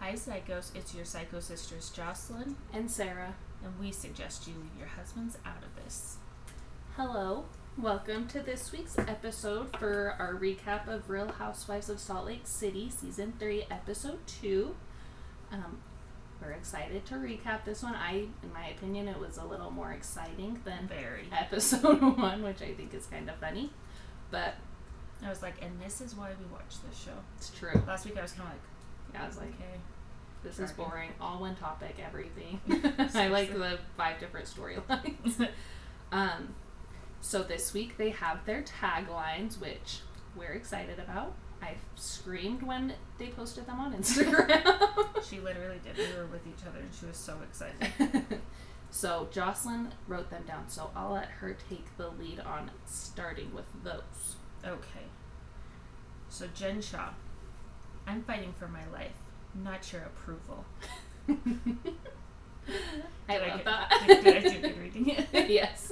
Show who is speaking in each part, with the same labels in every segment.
Speaker 1: Hi Psychos, it's your Psycho Sisters Jocelyn,
Speaker 2: and Sarah.
Speaker 1: and we suggest you leave your husbands out of this.
Speaker 2: Hello. Welcome to this week's episode for our recap of Real Housewives of Salt Lake City, Season 3, Episode 2. Um, we're excited to recap this one. I, in my opinion, it was a little more exciting than
Speaker 1: Very.
Speaker 2: Episode 1, which I think is kind of funny, but
Speaker 1: I was like, and this is why we watch this show.
Speaker 2: it's true.
Speaker 1: Last week I was kind of like,
Speaker 2: Yeah, I was like,
Speaker 1: okay,
Speaker 2: this is
Speaker 1: Tracking.
Speaker 2: boring. All one topic, everything.
Speaker 1: Seriously.
Speaker 2: I like the five different storylines. um, so this week they have their taglines, which we're excited about. I screamed when they posted them on Instagram.
Speaker 1: she literally did. We were with each other, and she was so excited.
Speaker 2: so Jocelyn wrote them down, so I'll let her take the lead on starting with those.
Speaker 1: Okay. So Jen Shaw, I'm fighting for my life, not your approval.
Speaker 2: I
Speaker 1: Did I
Speaker 2: love
Speaker 1: get-
Speaker 2: that.
Speaker 1: did- did I do good reading it?
Speaker 2: yes.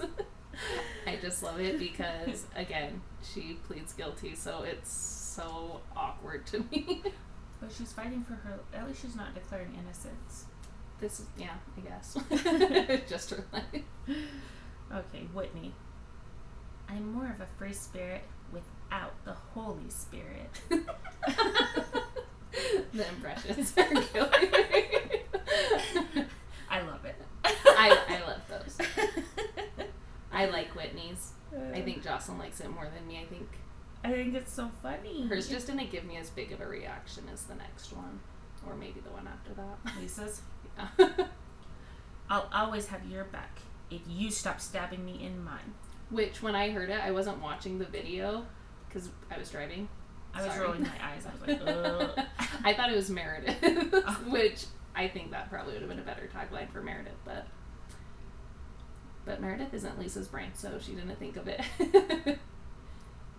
Speaker 2: I just love it because again, she pleads guilty, so it's so awkward to me.
Speaker 1: But she's fighting for her. At least she's not declaring innocence.
Speaker 2: This is yeah, I guess. just her life.
Speaker 1: Okay, Whitney. I'm more of a free spirit without the Holy Spirit.
Speaker 2: the impressions are killing me.
Speaker 1: I love it.
Speaker 2: I, I love those. I like Whitney's. I think Jocelyn likes it more than me. I think
Speaker 1: I think it's so funny.
Speaker 2: hers just didn't give me as big of a reaction as the next one, or maybe the one after
Speaker 1: Lisa's.
Speaker 2: that. Yeah.
Speaker 1: I'll always have your back if you stop stabbing me in mine.
Speaker 2: Which, when I heard it, I wasn't watching the video because I was driving.
Speaker 1: I was
Speaker 2: Sorry.
Speaker 1: rolling my eyes. I was like, Ugh.
Speaker 2: I thought it was Meredith, which I think that probably would have been a better tagline for Meredith, but but Meredith isn't Lisa's brain, so she didn't think of it.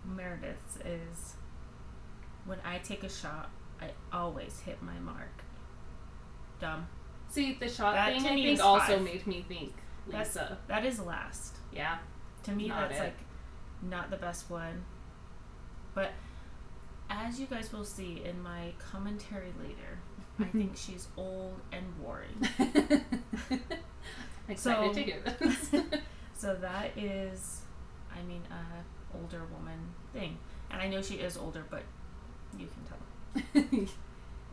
Speaker 1: Meredith's is when I take a shot, I always hit my mark. Dumb.
Speaker 2: See, the shot
Speaker 1: That
Speaker 2: thing
Speaker 1: to
Speaker 2: I
Speaker 1: me
Speaker 2: think
Speaker 1: is
Speaker 2: also
Speaker 1: five.
Speaker 2: made me think
Speaker 1: That's-
Speaker 2: Lisa.
Speaker 1: That is last.
Speaker 2: yeah,
Speaker 1: To me,
Speaker 2: Not
Speaker 1: that's
Speaker 2: it.
Speaker 1: like not the best one. But as you guys will see in my commentary later, I think she's old and worried.
Speaker 2: I'm
Speaker 1: So-
Speaker 2: excited to hear this.
Speaker 1: So that is, I mean, a older woman thing. And I know she is older, but you can tell.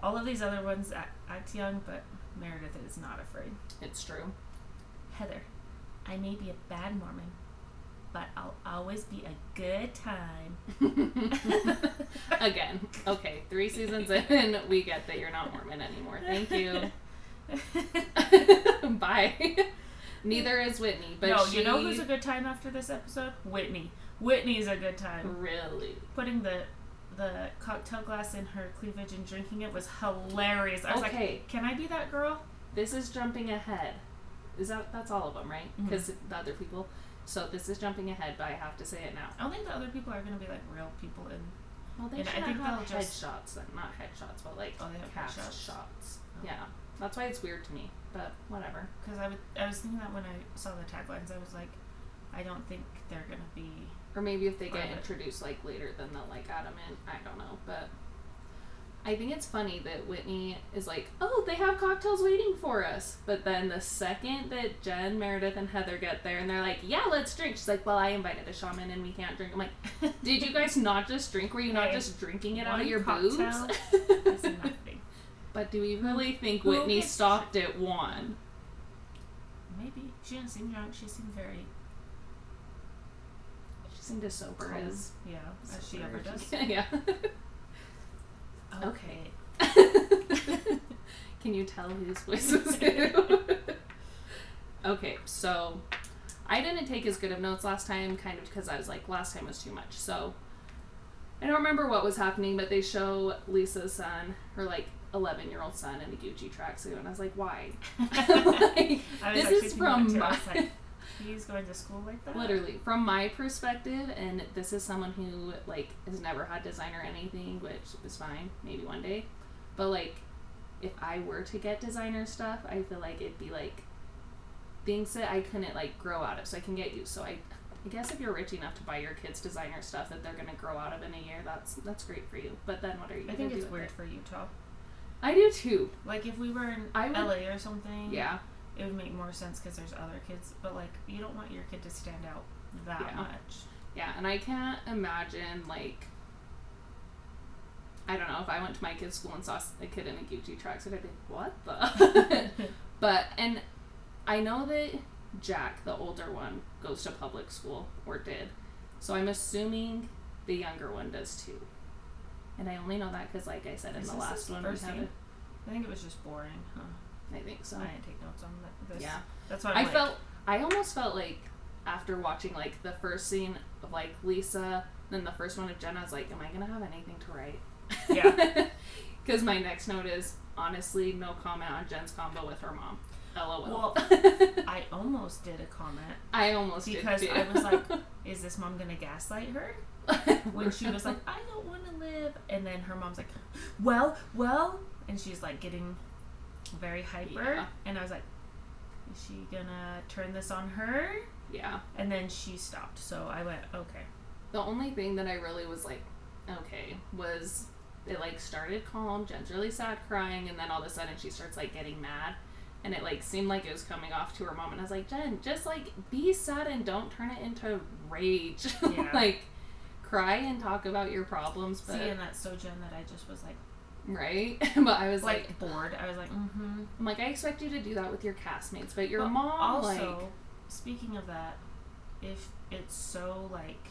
Speaker 1: All of these other ones act, act young, but Meredith is not afraid.
Speaker 2: it's true.
Speaker 1: Heather, I may be a bad Mormon, but I'll always be a good time.
Speaker 2: Again, okay, three seasons in, we get that you're not Mormon anymore. Thank you. Bye. Neither is Whitney, but
Speaker 1: no,
Speaker 2: she
Speaker 1: you know who's a good time after this episode? Whitney. Whitney's a good
Speaker 2: Mm.
Speaker 1: time.
Speaker 2: really.
Speaker 1: Putting the the cocktail glass in her cleavage and drinking it was hilarious. I was
Speaker 2: Okay.
Speaker 1: like, "Can I be that girl?"
Speaker 2: This is jumping ahead. Is that that's all of them, right?
Speaker 1: Mm-hmm.
Speaker 2: Because the other people. So this is jumping ahead, but I have to say it now.
Speaker 1: I don't think the other people are gonna be like real people. And
Speaker 2: Well, they
Speaker 1: And I
Speaker 2: should
Speaker 1: think
Speaker 2: have
Speaker 1: they'll just-
Speaker 2: headshots then, not headshots, but like
Speaker 1: Oh, they have
Speaker 2: cast
Speaker 1: headshots?
Speaker 2: shots.
Speaker 1: Oh.
Speaker 2: Yeah, that's why it's weird to me, but whatever.
Speaker 1: because I would, I was thinking that when I saw the taglines, I was like, "I don't think they're gonna be."
Speaker 2: Or maybe if they get
Speaker 1: Right.
Speaker 2: introduced like later, then they'll like add 'em in. I don't know, but I think it's funny that Whitney is like, "Oh, they have cocktails waiting for us," but then the second that Jen, Meredith, and Heather get there and they're like, "Yeah, let's drink," she's like, "Well, I invited a shaman and we can't drink." I'm like, "Did you guys not just drink? Were you not
Speaker 1: Hey,
Speaker 2: just drinking it out
Speaker 1: one
Speaker 2: of your
Speaker 1: cocktail That's
Speaker 2: boobs?"
Speaker 1: nothing.
Speaker 2: but do we really think
Speaker 1: Who
Speaker 2: Whitney
Speaker 1: gets-
Speaker 2: stopped at one?
Speaker 1: Maybe she didn't seem drunk. She seemed very
Speaker 2: She seemed as sober
Speaker 1: calm.
Speaker 2: as
Speaker 1: Yeah, as she ever does.
Speaker 2: yeah.
Speaker 1: Okay.
Speaker 2: Can you tell whose voice is who? okay, so I didn't take as good of notes last time, kind of because I was like, last time was too much. So I don't remember what was happening, but they show Lisa's son, her like 11 year old son, in a Gucci tracksuit, and I was like, why? Like,
Speaker 1: I was
Speaker 2: this
Speaker 1: actually
Speaker 2: is
Speaker 1: thinking that
Speaker 2: from
Speaker 1: too. I
Speaker 2: my,
Speaker 1: was like, He's going to school like that.
Speaker 2: literally from my perspective, and this is someone who like has never had design or anything, which is fine, maybe one day. But like, if I were to get designer stuff, I feel like it'd be like things that I couldn't like grow out of, so I can get used. So I, I guess if you're rich enough to buy your kids designer stuff that they're gonna grow out of in a year, that's that's great for you. But then what are you?
Speaker 1: I
Speaker 2: gonna
Speaker 1: think
Speaker 2: do
Speaker 1: it's
Speaker 2: with
Speaker 1: weird
Speaker 2: it?
Speaker 1: for Utah.
Speaker 2: I do too.
Speaker 1: Like if we were in
Speaker 2: I would-
Speaker 1: LA or something,
Speaker 2: Yeah.
Speaker 1: it would make more sense because there's other kids. But like, you don't want your kid to stand out that
Speaker 2: Yeah.
Speaker 1: much.
Speaker 2: Yeah, and I can't imagine like I don't know if I went to my kid's school and saw a kid in a Gucci tracksuit, I'd be like, what the? but and I know that Jack, the older one, goes to public school or did, so I'm assuming the younger one does too. And I only know that because, like I said in
Speaker 1: Is
Speaker 2: the
Speaker 1: this
Speaker 2: last
Speaker 1: his
Speaker 2: one, we
Speaker 1: first
Speaker 2: had
Speaker 1: name? I think it was just boring. Huh?
Speaker 2: a, I think so.
Speaker 1: I didn't take notes on that. This.
Speaker 2: Yeah.
Speaker 1: That's why I'm
Speaker 2: I
Speaker 1: like,
Speaker 2: felt I almost felt like after watching like the first scene of like Lisa, then the first one of Jenna, I was like, "Am I gonna have anything to write?"
Speaker 1: Yeah.
Speaker 2: Because my next note is honestly no comment on Jen's combo with her mom. LOL.
Speaker 1: Well, I almost did a comment.
Speaker 2: I almost
Speaker 1: because
Speaker 2: did too.
Speaker 1: I was like- Is this mom gonna gaslight her when she was like, "I don't want to live," and then her mom's like, "Well, well," and she's like getting very hyper,
Speaker 2: Yeah.
Speaker 1: and I was like, "Is she gonna turn this on her?"
Speaker 2: "Yeah."
Speaker 1: And then she stopped, so I went, "Okay."
Speaker 2: The only thing that I really was like, "Okay," was it like started calm. Jen's really sad, crying, and then all of a sudden she starts like getting mad. and it like seemed like it was coming off to her mom and i was like jen just like be sad and don't turn it into rage
Speaker 1: Yeah.
Speaker 2: like cry and talk about your problems but
Speaker 1: See, and that's so Jen that I just was like,
Speaker 2: right but i was like,
Speaker 1: like, bored. I was like, "Mm-hmm."
Speaker 2: i'm like i expect you to do that with your castmates but your
Speaker 1: But
Speaker 2: mom
Speaker 1: also,
Speaker 2: like
Speaker 1: speaking of that, if it's so like,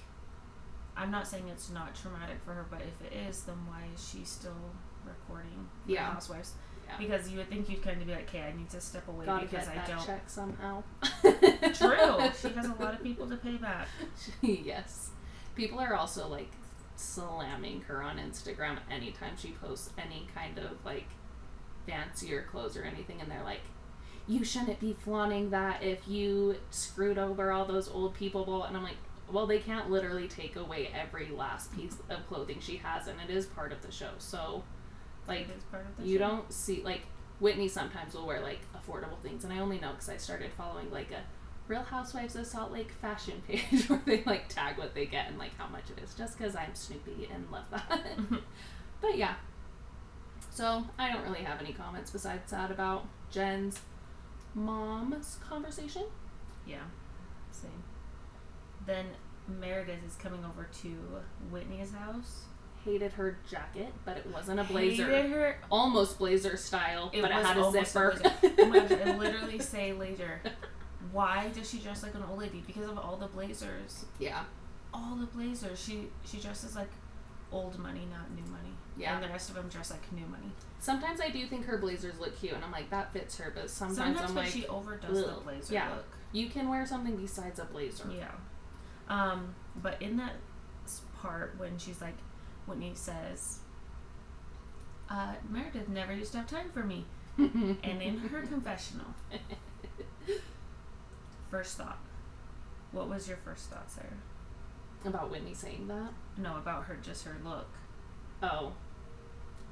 Speaker 1: I'm not saying it's not traumatic for her, but if it is, then why is she still recording Real
Speaker 2: Yeah.
Speaker 1: Housewives?
Speaker 2: Yeah.
Speaker 1: Because you would think you'd kind of be like, okay, I need to step away
Speaker 2: gotta
Speaker 1: because
Speaker 2: get
Speaker 1: I
Speaker 2: that
Speaker 1: don't.
Speaker 2: check somehow
Speaker 1: True, she has a lot of people to pay back.
Speaker 2: yes people are also like slamming her on instagram anytime she posts any kind of like fancier clothes or anything and they're like you shouldn't be flaunting that if you screwed over all those old people blah, blah." and i'm like well they can't literally take away every last piece of clothing she has and it is part of the show so like
Speaker 1: It is part of the
Speaker 2: you
Speaker 1: show.
Speaker 2: don't see like Whitney sometimes will wear like affordable things, and I only know because I started following like a Real Housewives of Salt Lake fashion page where they like tag what they get and like how much it is, just because I'm Snoopy and love that.
Speaker 1: Mm-hmm.
Speaker 2: but yeah, so I don't really have any comments besides that about Jen's mom's conversation.
Speaker 1: Yeah, same. Then Meredith is coming over to Whitney's house.
Speaker 2: Hated her jacket, but it wasn't a blazer.
Speaker 1: Hated her.
Speaker 2: Almost blazer style,
Speaker 1: It
Speaker 2: but it
Speaker 1: was
Speaker 2: had a
Speaker 1: almost a
Speaker 2: zipper.
Speaker 1: blazer. Oh my gosh, I literally say later, why does she dress like an old lady? Because of all the blazers.
Speaker 2: yeah,
Speaker 1: All the blazers. She she dresses like old money, not new money.
Speaker 2: yeah.
Speaker 1: And the rest of them dress like new money.
Speaker 2: Sometimes I do think her blazers look cute, and I'm like, that fits her. But sometimes,
Speaker 1: Sometimes,
Speaker 2: I'm
Speaker 1: when
Speaker 2: like,
Speaker 1: she overdoes the
Speaker 2: ugh,
Speaker 1: blazer
Speaker 2: yeah.
Speaker 1: look.
Speaker 2: you can wear something besides a blazer.
Speaker 1: Yeah. Um, but in that s- part when she's like, Whitney says, uh, Meredith never used to have time for me. And in her confessional, first thought. What was your first thought, Sarah?
Speaker 2: about Whitney saying that.
Speaker 1: No, about her, just her look.
Speaker 2: Oh,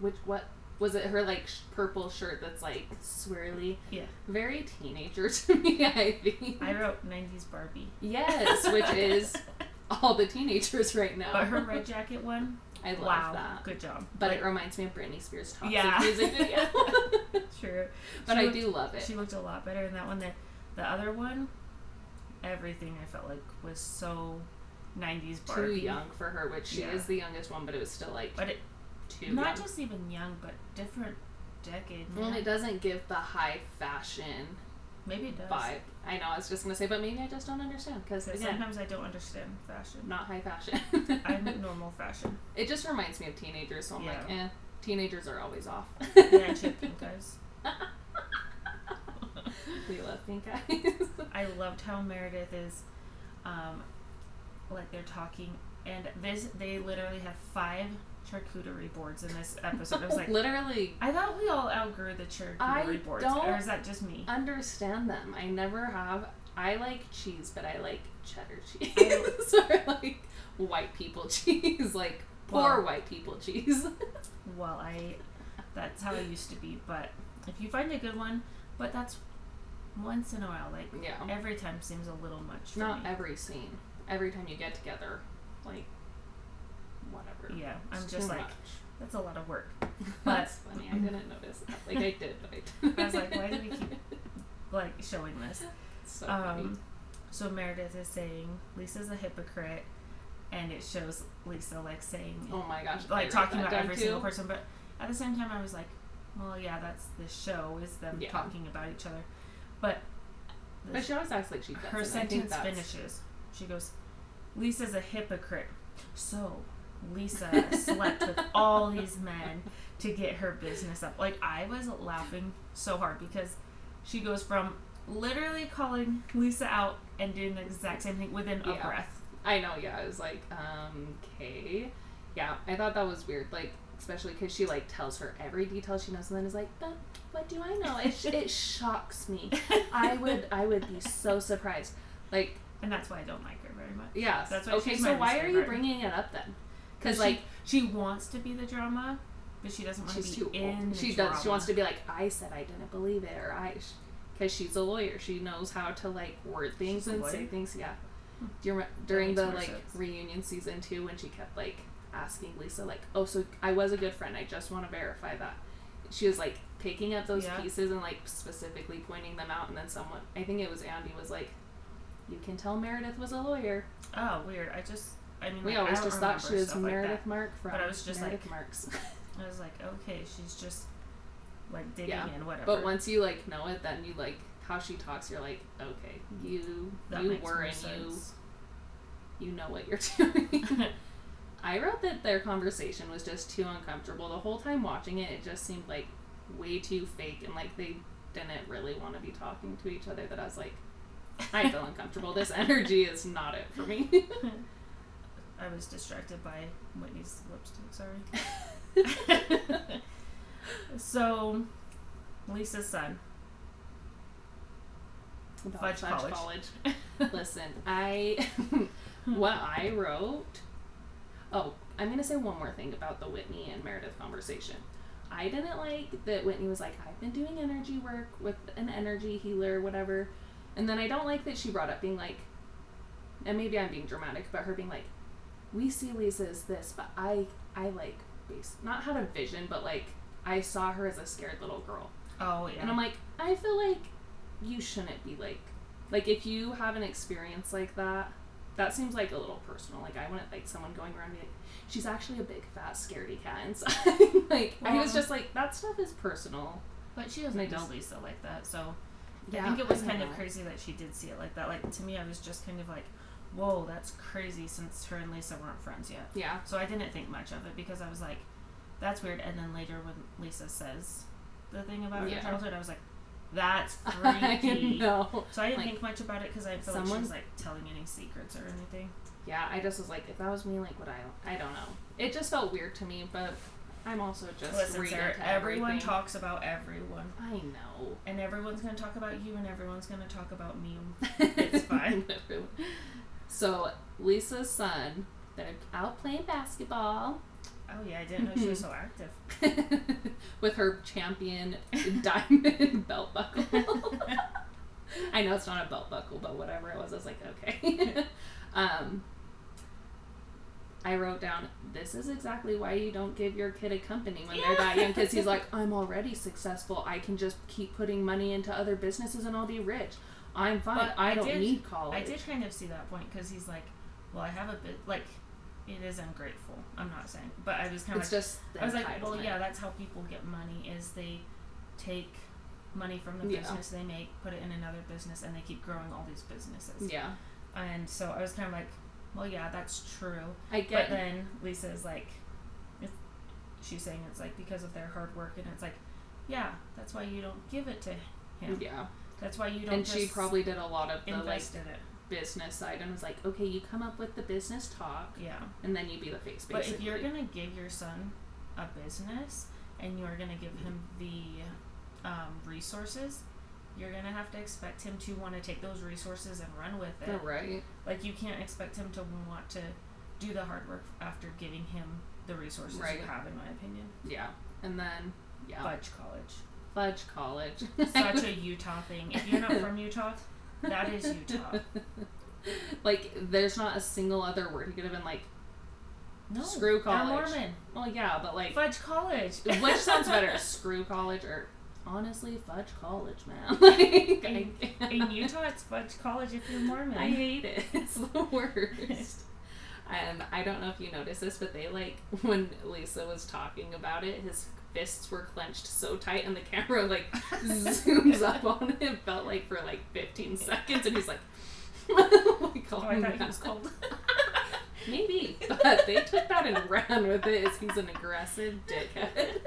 Speaker 2: which what was it? Her like sh- purple shirt that's like swirly.
Speaker 1: Yeah.
Speaker 2: Very teenager to me. I think.
Speaker 1: I wrote 90s Barbie.
Speaker 2: yes, which is all the teenagers right now.
Speaker 1: But her red jacket one,
Speaker 2: I love
Speaker 1: wow,
Speaker 2: that.
Speaker 1: good job.
Speaker 2: But
Speaker 1: Like,
Speaker 2: it reminds me of Britney Spears' toxic
Speaker 1: Yeah.
Speaker 2: music video.
Speaker 1: true.
Speaker 2: but
Speaker 1: She
Speaker 2: I
Speaker 1: looked-
Speaker 2: do love it.
Speaker 1: She looked a lot better in that one than the other one. Everything I felt like was so 90s Barbie.
Speaker 2: Too young for her, which she
Speaker 1: Yeah.
Speaker 2: is the youngest one, but it was still like
Speaker 1: But it,
Speaker 2: too
Speaker 1: not
Speaker 2: young.
Speaker 1: just even young, but different decade.
Speaker 2: Well,
Speaker 1: man.
Speaker 2: it doesn't give the high fashion
Speaker 1: Maybe it does.
Speaker 2: vibe. I know. I was just gonna say, but maybe I just don't understand because
Speaker 1: 'Cause
Speaker 2: again,
Speaker 1: Sometimes I don't understand fashion.
Speaker 2: not high fashion.
Speaker 1: I'm normal fashion.
Speaker 2: it just reminds me of teenagers, so I'm like, eh. Teenagers are always off.
Speaker 1: And I chip pink eyes.
Speaker 2: we love pink eyes.
Speaker 1: I loved how Meredith is, um, like they're talking, and this they literally have five charcuterie boards in this episode. I was like,
Speaker 2: literally
Speaker 1: I thought we all outgrew the charcuterie
Speaker 2: I
Speaker 1: boards,
Speaker 2: don't-
Speaker 1: or is that just me?
Speaker 2: understand them. I never have. I like cheese, but I like cheddar
Speaker 1: I-
Speaker 2: cheese or like white people cheese, like poor
Speaker 1: Well-
Speaker 2: white people cheese.
Speaker 1: Well, I, that's how I used to be. But if you find a good one, but that's once in a while. Like
Speaker 2: yeah.
Speaker 1: every time seems a little much for
Speaker 2: Not
Speaker 1: me.
Speaker 2: every scene. Every time you get together, like whatever.
Speaker 1: yeah, I'm
Speaker 2: It's
Speaker 1: just
Speaker 2: too
Speaker 1: like
Speaker 2: much.
Speaker 1: that's a lot of work.
Speaker 2: That's funny. I didn't notice. That. Like I did, but
Speaker 1: I was like, why do we keep like showing this?
Speaker 2: so funny.
Speaker 1: Um, so Meredith is saying Lisa's a hypocrite, and it shows Lisa like saying
Speaker 2: Oh my gosh! I
Speaker 1: like
Speaker 2: wrote
Speaker 1: talking
Speaker 2: that
Speaker 1: about
Speaker 2: down
Speaker 1: every
Speaker 2: too.
Speaker 1: single person. But at the same time, I was like, well, yeah, that's the show is them
Speaker 2: Yeah.
Speaker 1: talking about each other. But
Speaker 2: But she always acts like she does.
Speaker 1: her
Speaker 2: and I think
Speaker 1: sentence
Speaker 2: that's-
Speaker 1: finishes. She goes, Lisa's a hypocrite. So Lisa slept with all these men to get her business up. Like, I was laughing so hard because she goes from literally calling Lisa out and doing the exact same thing within a
Speaker 2: Yeah.
Speaker 1: breath.
Speaker 2: I know, yeah. I was like, um, okay. Yeah, I thought that was weird. Like, especially because she, like, tells her every detail she knows and then is like, but what do I know? It, sh- it shocks me. I would, I would be so surprised. Like,
Speaker 1: And that's why I don't like her very much.
Speaker 2: yeah.
Speaker 1: That's why
Speaker 2: Okay,
Speaker 1: she's
Speaker 2: so
Speaker 1: my
Speaker 2: why
Speaker 1: least
Speaker 2: are you
Speaker 1: favorite.
Speaker 2: bringing it up then? Because,
Speaker 1: she-
Speaker 2: like,
Speaker 1: she wants to be the drama, but she doesn't want
Speaker 2: she's
Speaker 1: to
Speaker 2: too
Speaker 1: be in
Speaker 2: old.
Speaker 1: the
Speaker 2: She
Speaker 1: drama.
Speaker 2: does. She wants to be like, I said I didn't believe it, or I, because she's a lawyer. She knows how to like word things
Speaker 1: She's a
Speaker 2: and say
Speaker 1: lawyer? Hmm.
Speaker 2: things. Yeah. Do you remember during
Speaker 1: makes
Speaker 2: the
Speaker 1: more
Speaker 2: like
Speaker 1: sense.
Speaker 2: reunion season two when she kept like asking Lisa like, oh, so I was a good friend. I just want to verify that. She was like picking up those
Speaker 1: Yeah.
Speaker 2: pieces and like specifically pointing them out, and then someone, I think it was Andy, was like, "You can tell Meredith was a lawyer."
Speaker 1: Oh, weird. I just, I mean,
Speaker 2: we
Speaker 1: like, I
Speaker 2: always
Speaker 1: don't
Speaker 2: just thought she
Speaker 1: remember
Speaker 2: was
Speaker 1: stuff like that.
Speaker 2: Meredith Mark from
Speaker 1: But I was just
Speaker 2: Meredith
Speaker 1: like-
Speaker 2: Marks.
Speaker 1: I was like, okay, she's just like digging
Speaker 2: Yeah,
Speaker 1: in whatever.
Speaker 2: But once you like know it, then you like how she talks. You're like, okay, you
Speaker 1: Mm-hmm. that
Speaker 2: you
Speaker 1: makes
Speaker 2: were
Speaker 1: more
Speaker 2: and
Speaker 1: sense.
Speaker 2: you you know what you're doing. I wrote that their conversation was just too uncomfortable. The whole time watching it, it just seemed like way too fake and like they didn't really want to be talking to each other. That I was like, I feel uncomfortable. This energy is not it for me.
Speaker 1: I was distracted by Whitney's lipstick. Sorry. So, Lisa's son.
Speaker 2: About
Speaker 1: Fudge college.
Speaker 2: Listen, I what I wrote. Oh, I'm gonna say one more thing about the Whitney and Meredith conversation. I didn't like that Whitney was like, I've been doing energy work with an energy healer, whatever. And then I don't like that she brought up being like, and maybe I'm being dramatic, but her being like, we see Lisa as this, but I, I like, bas not had a vision, but like, I saw her as a scared little girl.
Speaker 1: Oh yeah.
Speaker 2: And I'm like, I feel like you shouldn't be like, like if you have an experience like that, that seems like a little personal. Like I wouldn't like someone going around being like, she's actually a big fat scaredy cat inside. like I was
Speaker 1: Well-
Speaker 2: just like, that stuff is personal.
Speaker 1: but she doesn't
Speaker 2: I
Speaker 1: know
Speaker 2: just-
Speaker 1: Lisa like that, so I think it was kind of crazy that she did see it like that. Like to me, I was just kind of like, whoa, that's crazy. Since her and Lisa weren't friends yet.
Speaker 2: Yeah.
Speaker 1: So I didn't think much of it because I was like, that's weird. And then later when Lisa says the thing about
Speaker 2: Yeah.
Speaker 1: her childhood, I was like, that's
Speaker 2: I
Speaker 1: freaky.
Speaker 2: know.
Speaker 1: So I didn't
Speaker 2: Like,
Speaker 1: think much about it because I felt like
Speaker 2: someone-
Speaker 1: she was like telling any secrets or anything.
Speaker 2: Yeah, I just was like, if that was me, like, would I? I don't know. It just felt weird to me, but I'm also just
Speaker 1: Listen,
Speaker 2: reading
Speaker 1: Sarah,
Speaker 2: to
Speaker 1: everyone
Speaker 2: everything.
Speaker 1: talks about everyone,
Speaker 2: I know.
Speaker 1: and everyone's gonna talk about you, and everyone's gonna talk about me. It's fine.
Speaker 2: Literally. so Lisa's son, they're out playing basketball
Speaker 1: Oh yeah, I didn't know she was so active.
Speaker 2: with her champion diamond belt buckle. I know it's not a belt buckle, but whatever it was, I was like, okay. um, I wrote down, this is exactly why you don't give your kid a company when they're that young, because he's like, I'm already successful. I can just keep putting money into other businesses and I'll be rich. I'm fine.
Speaker 1: But
Speaker 2: I
Speaker 1: I
Speaker 2: don't
Speaker 1: did-
Speaker 2: need college.
Speaker 1: I did kind of see that point because he's like, well, I have a bit like, it is ungrateful. I'm not saying, but I was kind of
Speaker 2: It's just the
Speaker 1: I was like, well,
Speaker 2: entitlement.
Speaker 1: yeah, that's how people get money is they take money from the
Speaker 2: Yeah.
Speaker 1: business they make, put it in another business, and they keep growing all these businesses.
Speaker 2: Yeah,
Speaker 1: And so I was kind of like, well, yeah, that's true.
Speaker 2: I
Speaker 1: But
Speaker 2: get.
Speaker 1: then Lisa is like, it's, she's saying it's like because of their hard work, and it's like, yeah, that's why you don't give it to him.
Speaker 2: yeah,
Speaker 1: That's why you don't
Speaker 2: and
Speaker 1: just
Speaker 2: she probably did a lot of the like
Speaker 1: invest in it.
Speaker 2: business side and was like, okay, you come up with the business talk,
Speaker 1: Yeah.
Speaker 2: and then you be the face. Basically.
Speaker 1: But if you're gonna give your son a business and you're gonna give him the um, resources, you're gonna have to expect him to want to take those resources and run with it.
Speaker 2: You're right,
Speaker 1: Like you can't expect him to want to do the hard work after giving him the resources
Speaker 2: Right. Oh.
Speaker 1: you have, in my opinion.
Speaker 2: yeah, and then yeah,
Speaker 1: Fudge college,
Speaker 2: fudge college.
Speaker 1: such a Utah thing. If you're not from Utah, that is Utah.
Speaker 2: like, there's not a single other word he could have been like
Speaker 1: No.
Speaker 2: Screw college.
Speaker 1: They're Mormon.
Speaker 2: Well, yeah, but like,
Speaker 1: Fudge college.
Speaker 2: which sounds better, screw college or honestly fudge college, man? Like,
Speaker 1: In-
Speaker 2: I,
Speaker 1: In Utah, it's fudge college if you're Mormon.
Speaker 2: I hate it. It's the worst. Um, I don't know if you noticed this, but they like when Lisa was talking about it, his fists were clenched so tight, and the camera like zooms up on him. Felt like for like 15 seconds, and he's like, like
Speaker 1: Oh, I thought he was cold.
Speaker 2: Maybe, but they took that and ran with it. As he's an aggressive dickhead.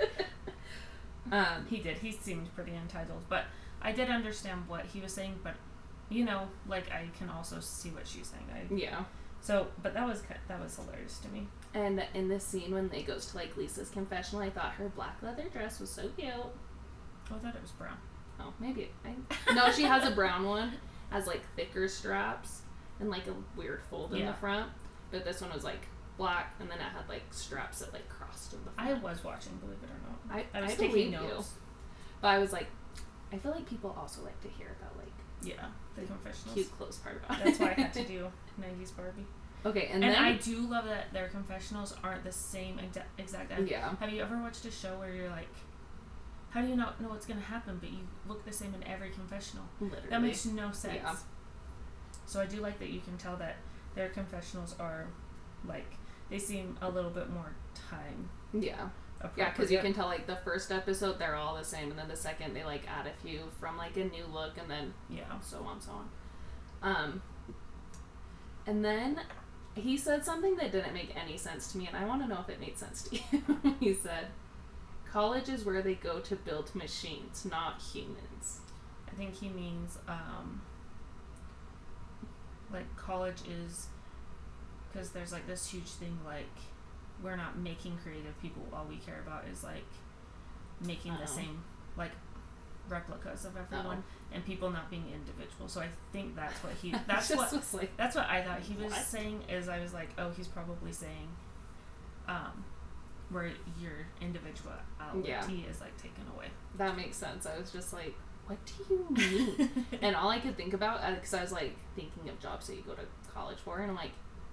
Speaker 2: um,
Speaker 1: He did. He seemed pretty entitled, but I did understand what he was saying. But you know, like I can also see what she's saying. I,
Speaker 2: yeah.
Speaker 1: so, but that was ki- that was hilarious to me.
Speaker 2: And in this scene when they goes to like Lisa's confessional, I thought her black leather dress was so cute.
Speaker 1: Oh, I thought it was brown.
Speaker 2: Oh, maybe I. No, she has a brown one, has like thicker straps and like a weird fold in the
Speaker 1: Yeah.
Speaker 2: front. But this one was like black, and then it had like straps that like crossed in the front.
Speaker 1: I was watching, believe it or not.
Speaker 2: I,
Speaker 1: I was
Speaker 2: I
Speaker 1: taking
Speaker 2: believe
Speaker 1: notes.
Speaker 2: you. But I was like, I feel like people also like to hear about like
Speaker 1: Yeah, the confessionals.
Speaker 2: cute clothes part about. it.
Speaker 1: That's why I had to do '90s Barbie.
Speaker 2: okay, and,
Speaker 1: And,
Speaker 2: then
Speaker 1: I do love that their confessionals aren't the same exa- exact. Ad-
Speaker 2: yeah,
Speaker 1: Have you ever watched a show where you're like, how do you not know what's gonna happen, but you look the same in every confessional?
Speaker 2: literally.
Speaker 1: That makes no sense.
Speaker 2: Yeah.
Speaker 1: So I do like that you can tell that their confessionals are like they seem a little bit more time
Speaker 2: yeah, yeah,
Speaker 1: appropriate.
Speaker 2: because you can tell like the first episode they're all the same, and then the second they like add a few from like a new look, and then
Speaker 1: yeah.
Speaker 2: so on, so on. Um, and then he said something that didn't make any sense to me, and I want to know if it made sense to you. he said, "College is where they go to build machines, not humans."
Speaker 1: I think he means um like college is because there's like this huge thing like we're not making creative people. All we care about is like making
Speaker 2: Oh. Oh.
Speaker 1: the same like replicas of everyone and people not being individual. So I think that's what he
Speaker 2: I
Speaker 1: that's
Speaker 2: just
Speaker 1: what
Speaker 2: was like,
Speaker 1: That's what I thought he was
Speaker 2: What?
Speaker 1: saying. Is I was like, oh, he's probably saying, um, where your individuality is like taken away.
Speaker 2: that makes sense. I was just like, what do you mean? and all I could think about, because I was like thinking of jobs that you go to college for, and I'm like,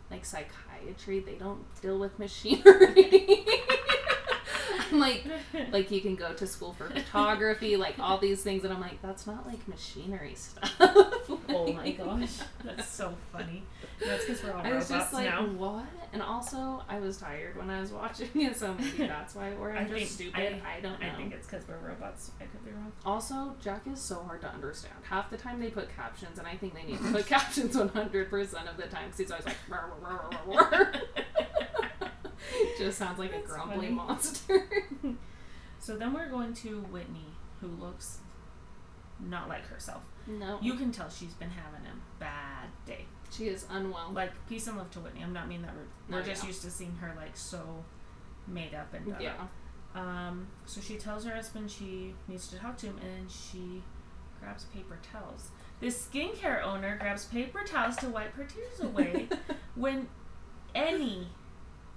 Speaker 2: like psychiatry, they don't deal with machinery. I'm like, like you can go to school for photography, like all these things, and I'm like, that's not like machinery stuff.
Speaker 1: oh my gosh, that's so funny. That's because we're all
Speaker 2: I
Speaker 1: robots
Speaker 2: was just like, "Mm,
Speaker 1: now.
Speaker 2: what? And also, I was tired when I was watching it, so maybe that's why, or
Speaker 1: I
Speaker 2: I'm
Speaker 1: think-
Speaker 2: just stupid. I, don't know.
Speaker 1: I think it's because we're robots. I could be wrong.
Speaker 2: Also, Jack is so hard to understand. Half the time they put captions, and I think they need to put captions 100% of the time because he's always like, "Rawr, rawr, rawr, rawr, rawr." just sounds like
Speaker 1: That's
Speaker 2: a grumbly
Speaker 1: funny.
Speaker 2: monster.
Speaker 1: So then we're going to Whitney, who looks not like herself.
Speaker 2: no.
Speaker 1: You can tell she's been having a bad day.
Speaker 2: she is unwell.
Speaker 1: like peace and love to Whitney. I'm not mean that rude.
Speaker 2: No,
Speaker 1: We're just
Speaker 2: yeah.
Speaker 1: used to seeing her like so made up and done
Speaker 2: yeah.
Speaker 1: up. Um, so she tells her husband she needs to talk to him, and she grabs paper towels. This skincare owner grabs paper towels to wipe her tears away when any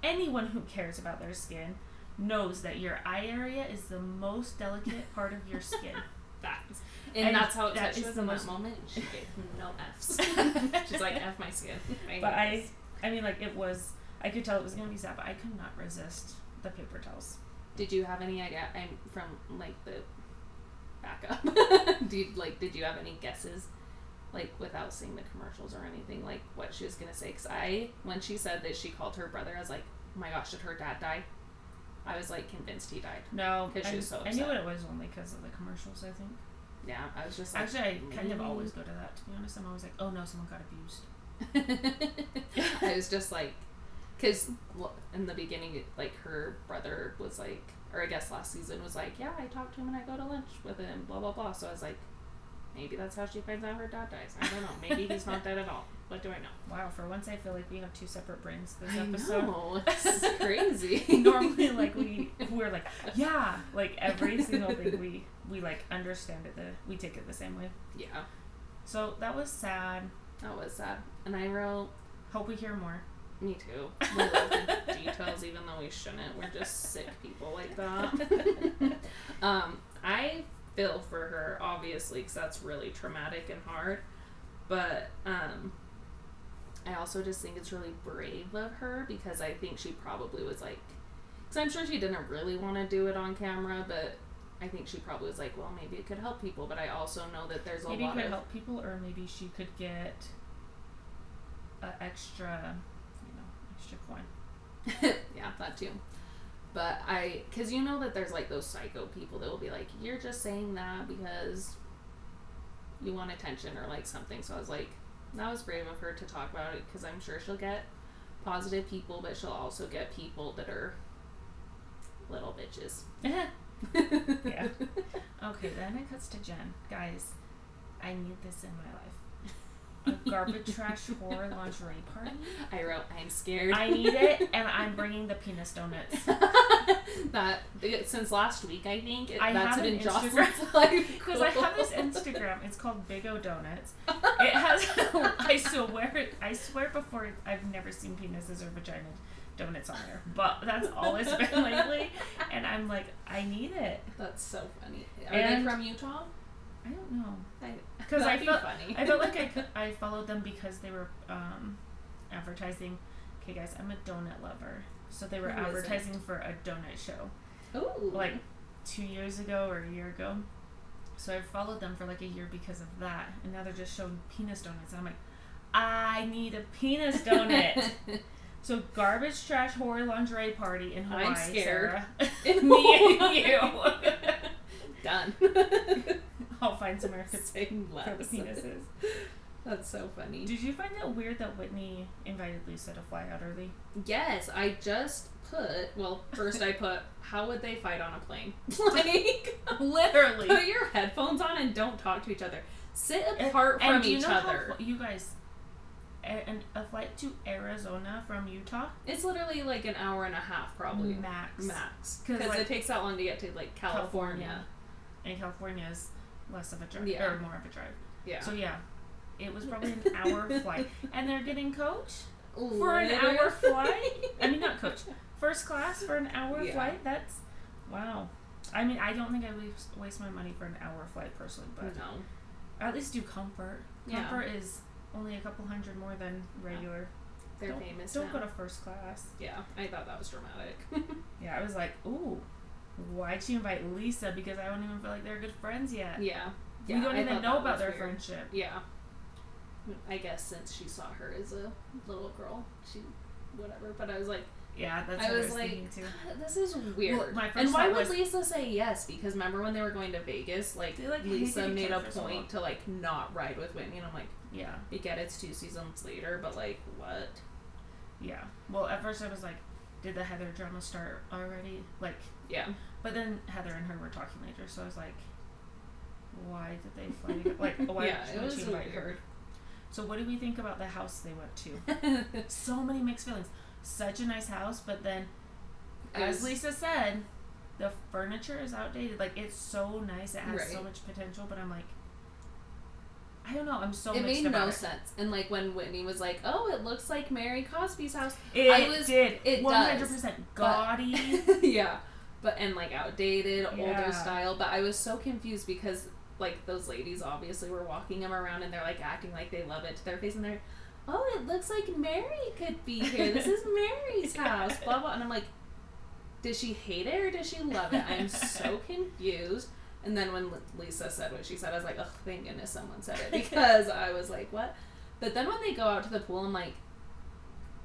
Speaker 1: anyone who cares about their skin knows that your eye area is the most delicate part of your skin.
Speaker 2: Facts. And,
Speaker 1: And
Speaker 2: that's how it
Speaker 1: that
Speaker 2: touches
Speaker 1: is the
Speaker 2: in
Speaker 1: most-
Speaker 2: that moment. She gave no F's. She's like, F my skin. I
Speaker 1: But
Speaker 2: hate
Speaker 1: I-
Speaker 2: this."
Speaker 1: I mean, like it was. I could tell it was gonna be sad, but I could not resist the paper towels.
Speaker 2: Did you have any idea? I'm from like the backup. Do you, like did you have any guesses, like without seeing the commercials or anything, like what she was gonna say? Cause I when she said that she called her brother, I was like, oh my gosh, did her dad die? I was like convinced he died.
Speaker 1: No,
Speaker 2: 'Cause she
Speaker 1: I-
Speaker 2: was so
Speaker 1: I knew
Speaker 2: upset.
Speaker 1: what it was only because of the commercials. I think.
Speaker 2: Yeah, I was just like,
Speaker 1: Actually, I kind of
Speaker 2: "Mm."
Speaker 1: always go to that. To be honest, I'm always like, oh no, someone got abused.
Speaker 2: I was just like, because in the beginning, like her brother was like, or I guess last season was like, yeah, I talked to him and I go to lunch with him, blah blah blah. So I was like, maybe that's how she finds out her dad dies. I don't know. Maybe he's not dead at all. What do I know?
Speaker 1: Wow, for once I feel like we have two separate brains this
Speaker 2: I
Speaker 1: episode.
Speaker 2: know. It's crazy.
Speaker 1: Normally, like we we're like, yeah, like every single thing we we like understand it. The we take it the same way.
Speaker 2: yeah,
Speaker 1: So that was sad.
Speaker 2: that was sad. And I wrote,
Speaker 1: Hope we hear more.
Speaker 2: me too. We love the details, even though we shouldn't. We're just sick people like that. Um, I feel for her, obviously, because that's really traumatic and hard. But um, I also just think it's really brave of her because I think she probably was like, because I'm sure she didn't really want to do it on camera, but I think she probably was like, well, maybe it could help people. But I also know that there's a
Speaker 1: maybe
Speaker 2: lot
Speaker 1: could
Speaker 2: of
Speaker 1: help people, or maybe she could get a extra, you know, extra coin.
Speaker 2: yeah, that too. But I, because you know that there's like those psycho people that will be like, you're just saying that because you want attention or like something. So I was like, that was brave of her to talk about it because I'm sure she'll get positive people, but she'll also get people that are little bitches.
Speaker 1: Yeah. okay, then it cuts to Jen. Guys, I need this in my life. A garbage trash horror lingerie party.
Speaker 2: I wrote, I'm scared.
Speaker 1: I need it, and I'm bringing the penis donuts.
Speaker 2: that since last week, I think
Speaker 1: I
Speaker 2: that's
Speaker 1: have
Speaker 2: been
Speaker 1: an
Speaker 2: Jocelyn's
Speaker 1: Instagram-
Speaker 2: life.
Speaker 1: Because I have this
Speaker 2: goal.
Speaker 1: Instagram. It's called Big O Donuts. It has. I swear. I swear. Before I've never seen penises or vagina donuts on there, but that's all it's been lately. And I'm like, I need it.
Speaker 2: That's so funny. Are
Speaker 1: And-
Speaker 2: they from Utah?
Speaker 1: I don't know.
Speaker 2: Because
Speaker 1: 'Cause I felt-
Speaker 2: funny.
Speaker 1: I felt like I, cou- I followed them because they were um, advertising. Okay, guys, I'm a donut lover. So they were
Speaker 2: Who isn't?
Speaker 1: advertising for a donut show
Speaker 2: Ooh.
Speaker 1: like two years ago or a year ago. So I followed them for like a year because of that. And now they're just showing penis donuts. And I'm like, I need a penis donut. so garbage, trash, horror, lingerie party in Hawaii,
Speaker 2: I'm scared.
Speaker 1: Sarah. Me and you.
Speaker 2: Done.
Speaker 1: I'll find somewhere for
Speaker 2: Same
Speaker 1: the
Speaker 2: less.
Speaker 1: penises.
Speaker 2: That's so funny.
Speaker 1: Did you find it weird that Whitney invited Lisa to fly out early?
Speaker 2: Yes, I just put. Well, first I put, how would they fight on a plane? Like,
Speaker 1: Literally.
Speaker 2: put your headphones on and don't talk to each other. Sit apart from
Speaker 1: do you
Speaker 2: each
Speaker 1: know how
Speaker 2: other.
Speaker 1: fl- you guys, a, an, a flight to Arizona from Utah,
Speaker 2: It's literally like an hour and a half, probably.
Speaker 1: max.
Speaker 2: Max.
Speaker 1: 'Cause,
Speaker 2: Because it
Speaker 1: like,
Speaker 2: takes that long to get to, like, California.
Speaker 1: California. And California is less of a drive,
Speaker 2: Yeah.
Speaker 1: or more of a drive.
Speaker 2: Yeah.
Speaker 1: So yeah, it was probably an hour flight, and they're getting coach for an
Speaker 2: Literally.
Speaker 1: hour flight. I mean, not coach, first class for an hour
Speaker 2: Yeah.
Speaker 1: flight. That's wow. I mean, I don't think I waste, waste my money for an hour flight personally, but
Speaker 2: No.
Speaker 1: at least do comfort.
Speaker 2: Yeah.
Speaker 1: Comfort is only a couple hundred more than regular.
Speaker 2: They're
Speaker 1: Don't-
Speaker 2: famous
Speaker 1: Don't
Speaker 2: now.
Speaker 1: go to first class.
Speaker 2: yeah, I thought that was dramatic.
Speaker 1: Yeah, I was like, ooh, why'd she invite Lisa? Because I don't even feel like they're good friends yet.
Speaker 2: yeah.
Speaker 1: we don't
Speaker 2: I
Speaker 1: even
Speaker 2: thought
Speaker 1: know
Speaker 2: that
Speaker 1: about
Speaker 2: was
Speaker 1: their
Speaker 2: weird.
Speaker 1: friendship.
Speaker 2: Yeah. I guess since she saw her as a little girl, she whatever. But I was like,
Speaker 1: Yeah, that's
Speaker 2: I
Speaker 1: what
Speaker 2: was
Speaker 1: I was thinking
Speaker 2: like,
Speaker 1: too.
Speaker 2: "God, this is weird.
Speaker 1: Well, my
Speaker 2: and
Speaker 1: first
Speaker 2: why
Speaker 1: thought
Speaker 2: would
Speaker 1: was-
Speaker 2: Lisa say yes? Because remember when they were going to Vegas, like,
Speaker 1: They, like, hated
Speaker 2: Lisa
Speaker 1: each
Speaker 2: made a
Speaker 1: other for so long.
Speaker 2: point to like not ride with Whitney, and I'm like,
Speaker 1: Yeah,
Speaker 2: I get it's two seasons later, but like what?
Speaker 1: yeah. Well, at first I was like, did the Heather drama start already? Like,
Speaker 2: Yeah.
Speaker 1: but then Heather and her were talking later, so I was like, why did they fly? together? Like, why
Speaker 2: yeah,
Speaker 1: did
Speaker 2: it was
Speaker 1: she invite her?
Speaker 2: weird.
Speaker 1: So, what do we think about the house they went to? so many mixed feelings. Such a nice house, but then, as
Speaker 2: was-
Speaker 1: Lisa said, the furniture is outdated. Like it's so nice, it has so
Speaker 2: Right.
Speaker 1: much potential, but I'm like, I don't know. I'm so
Speaker 2: it
Speaker 1: mixed
Speaker 2: made
Speaker 1: about
Speaker 2: no
Speaker 1: it.
Speaker 2: sense. And like when Whitney was like, "Oh, it looks like Mary Cosby's house."
Speaker 1: It
Speaker 2: I was-
Speaker 1: did.
Speaker 2: it does,
Speaker 1: 100% gaudy.
Speaker 2: yeah, but and like outdated,
Speaker 1: Yeah.
Speaker 2: older style. But I was so confused because like those ladies obviously were walking him around and they're like acting like they love it to their face and they're, "Oh, it looks like Mary could be here. This is Mary's house." Blah blah. And I'm like, "Did she hate it or does she love it?" I'm so confused. And then when L- Lisa said what she said, I was like, "Oh, thank goodness someone said it," because I was like, "What?" But then when they go out to the pool, I'm like,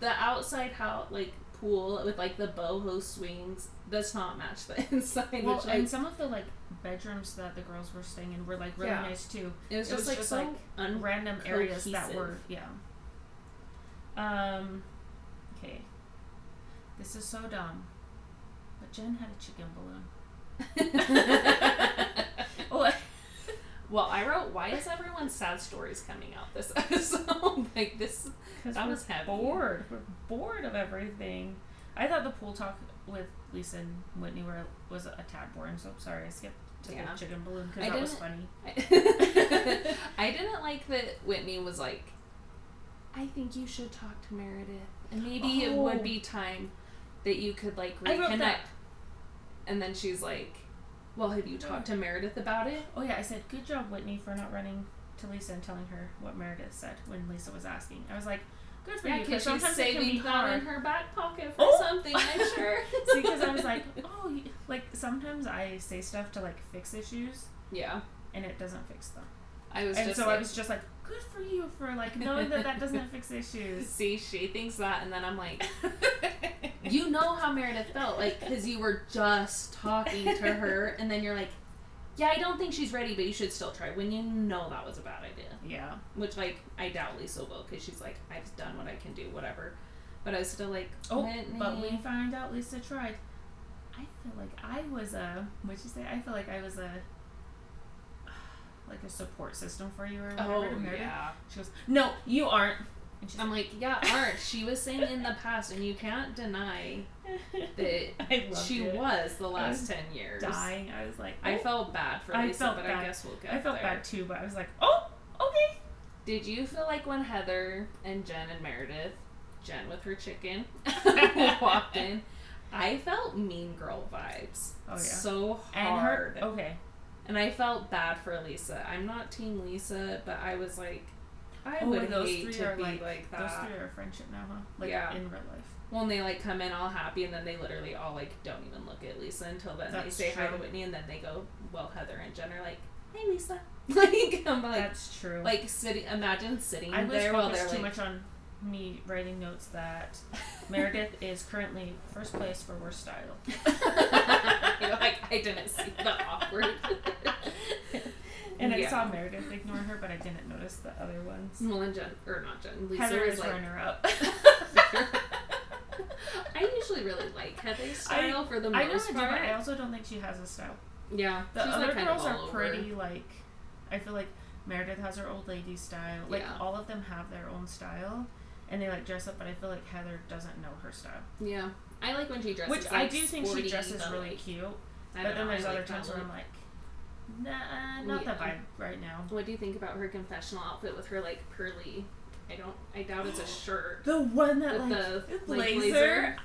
Speaker 2: the outside house, like pool with like the boho swings, does not match the inside.
Speaker 1: well,
Speaker 2: which, like,
Speaker 1: and some of the like bedrooms that the girls were staying in were like really
Speaker 2: Yeah.
Speaker 1: nice too.
Speaker 2: it was
Speaker 1: it
Speaker 2: just
Speaker 1: was
Speaker 2: like
Speaker 1: just,
Speaker 2: so
Speaker 1: like,
Speaker 2: un-
Speaker 1: Random areas that were
Speaker 2: Cohesive.
Speaker 1: yeah. Um, okay. This is so dumb. But Jen had a chicken balloon. Oh,
Speaker 2: well, I wrote, why is everyone's sad stories coming out this episode? like this,
Speaker 1: Because
Speaker 2: That
Speaker 1: we're
Speaker 2: was heavy.
Speaker 1: bored. We're bored of everything. I thought the pool talk with Lisa and Whitney were, was a tad boring, so I'm sorry I skipped to
Speaker 2: Yeah.
Speaker 1: the chicken balloon because
Speaker 2: I
Speaker 1: that was
Speaker 2: didn't-
Speaker 1: funny.
Speaker 2: I, I didn't like that Whitney was like, I think you should talk to Meredith, and maybe it
Speaker 1: Oh.
Speaker 2: would be time that you could like
Speaker 1: I wrote
Speaker 2: reconnect.
Speaker 1: that.
Speaker 2: And then she's like, Well, have you talked to Meredith about it?
Speaker 1: Oh yeah, I said good job Whitney for not running to Lisa and telling her what Meredith said when Lisa was asking. I was like, Good for
Speaker 2: Yeah,
Speaker 1: you.
Speaker 2: because she's
Speaker 1: sometimes it can be
Speaker 2: saving that in
Speaker 1: hard.
Speaker 2: her back pocket for
Speaker 1: Oh!
Speaker 2: something, I'm sure.
Speaker 1: See, because I was like, oh, you- like sometimes I say stuff to like fix issues
Speaker 2: yeah,
Speaker 1: and it doesn't fix them.
Speaker 2: I was
Speaker 1: And
Speaker 2: just
Speaker 1: so
Speaker 2: like,
Speaker 1: I was just like, good for you for like knowing that that doesn't fix issues.
Speaker 2: see, she thinks that, and then I'm like, you know how Meredith felt, like, because you were just talking to her, and then you're like, yeah, I don't think she's ready, but you should still try when you know that was a bad idea.
Speaker 1: yeah.
Speaker 2: Which, like, I doubt Lisa will, because she's like, I've done what I can do, whatever. But I was still like,
Speaker 1: Oh,
Speaker 2: Whitney.
Speaker 1: but we found out Lisa tried. I feel like I was a what'd you say? I feel like I was a like a support system for you or whatever.
Speaker 2: oh,
Speaker 1: to Meredith.
Speaker 2: yeah.
Speaker 1: She goes, no, you aren't. And she's
Speaker 2: I'm like, yeah, Art, she was saying in the past, and you can't deny that
Speaker 1: I loved
Speaker 2: she
Speaker 1: it.
Speaker 2: was the last
Speaker 1: was
Speaker 2: ten years.
Speaker 1: dying. I was like,
Speaker 2: I
Speaker 1: oh.
Speaker 2: felt bad for
Speaker 1: I
Speaker 2: Lisa,
Speaker 1: felt
Speaker 2: but I
Speaker 1: bad.
Speaker 2: guess we'll get
Speaker 1: I felt
Speaker 2: there.
Speaker 1: bad too, but I was like, oh, okay.
Speaker 2: Did you feel like when Heather and Jen and Meredith, Jen with her chicken, walked in, I felt mean girl vibes.
Speaker 1: Oh, yeah.
Speaker 2: So
Speaker 1: And her,
Speaker 2: hard.
Speaker 1: oh. okay.
Speaker 2: And I felt bad for Lisa. I'm not team Lisa, but I was like, I
Speaker 1: Oh,
Speaker 2: would
Speaker 1: those
Speaker 2: hate
Speaker 1: three
Speaker 2: to
Speaker 1: are
Speaker 2: be
Speaker 1: like-
Speaker 2: like
Speaker 1: Those
Speaker 2: that.
Speaker 1: three are a friendship now, huh? Like
Speaker 2: Yeah.
Speaker 1: in real life.
Speaker 2: Well, and they like come in all happy, and then they literally all like don't even look at Lisa until then.
Speaker 1: That's
Speaker 2: they say hi to
Speaker 1: true.
Speaker 2: Whitney, and then they go, "Well, Heather and Jen are like, hey, Lisa." like I'm like,
Speaker 1: That's true.
Speaker 2: like sitting. Imagine sitting
Speaker 1: I was
Speaker 2: there
Speaker 1: focused
Speaker 2: while they're
Speaker 1: too
Speaker 2: like,
Speaker 1: much on me writing notes that Meredith is currently first place for worst style.
Speaker 2: You're like I didn't see the awkward.
Speaker 1: And
Speaker 2: yeah.
Speaker 1: I saw Meredith ignore her, but I didn't notice the other ones.
Speaker 2: Well, and Jen or not Jen. Lisa
Speaker 1: Heather
Speaker 2: was
Speaker 1: is
Speaker 2: like.
Speaker 1: runner up.
Speaker 2: I usually really like Heather's
Speaker 1: I-
Speaker 2: style for the most
Speaker 1: I know I do, but
Speaker 2: part.
Speaker 1: I also don't think she has a style.
Speaker 2: yeah,
Speaker 1: The
Speaker 2: she's
Speaker 1: other
Speaker 2: like kind
Speaker 1: girls
Speaker 2: of
Speaker 1: are
Speaker 2: all over.
Speaker 1: pretty like. I feel like Meredith has her old lady style. Like
Speaker 2: Yeah.
Speaker 1: all of them have their own style, and they like dress up. But I feel like Heather doesn't know her style,
Speaker 2: Yeah, I like when she dresses.
Speaker 1: which I
Speaker 2: like,
Speaker 1: do think
Speaker 2: sporty,
Speaker 1: she dresses
Speaker 2: but,
Speaker 1: really
Speaker 2: like,
Speaker 1: cute. But
Speaker 2: I don't
Speaker 1: then
Speaker 2: know,
Speaker 1: there's
Speaker 2: I
Speaker 1: other
Speaker 2: like that
Speaker 1: times where
Speaker 2: look.
Speaker 1: I'm like, nah, not the
Speaker 2: Yeah.
Speaker 1: vibe right now.
Speaker 2: What do you think about her confessional outfit with her like pearly? I don't. I doubt it's a shirt.
Speaker 1: The one that
Speaker 2: With
Speaker 1: like
Speaker 2: the like,
Speaker 1: blazer.
Speaker 2: blazer.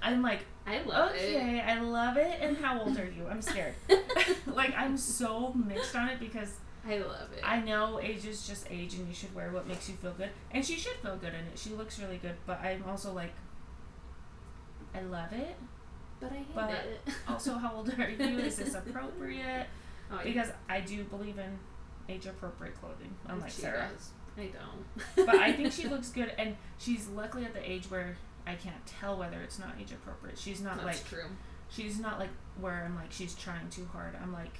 Speaker 1: I'm like,
Speaker 2: I love
Speaker 1: okay, I love it. And how old are you? I'm scared.
Speaker 2: it.
Speaker 1: like I'm so mixed on it because
Speaker 2: I love it.
Speaker 1: I know age is just age, and you should wear what makes you feel good, and she should feel good in it. She looks really good, but I'm also like, I love it.
Speaker 2: but I hate
Speaker 1: but
Speaker 2: it.
Speaker 1: Also, how old are you? Is this appropriate?
Speaker 2: oh, yeah,
Speaker 1: Because I do believe in age appropriate clothing, unlike
Speaker 2: she
Speaker 1: Sarah.
Speaker 2: does. I don't.
Speaker 1: But I think she looks good, and she's luckily at the age where I can't tell whether it's not age appropriate. She's not
Speaker 2: That's
Speaker 1: like
Speaker 2: true.
Speaker 1: she's not like where I'm like she's trying too hard. I'm like,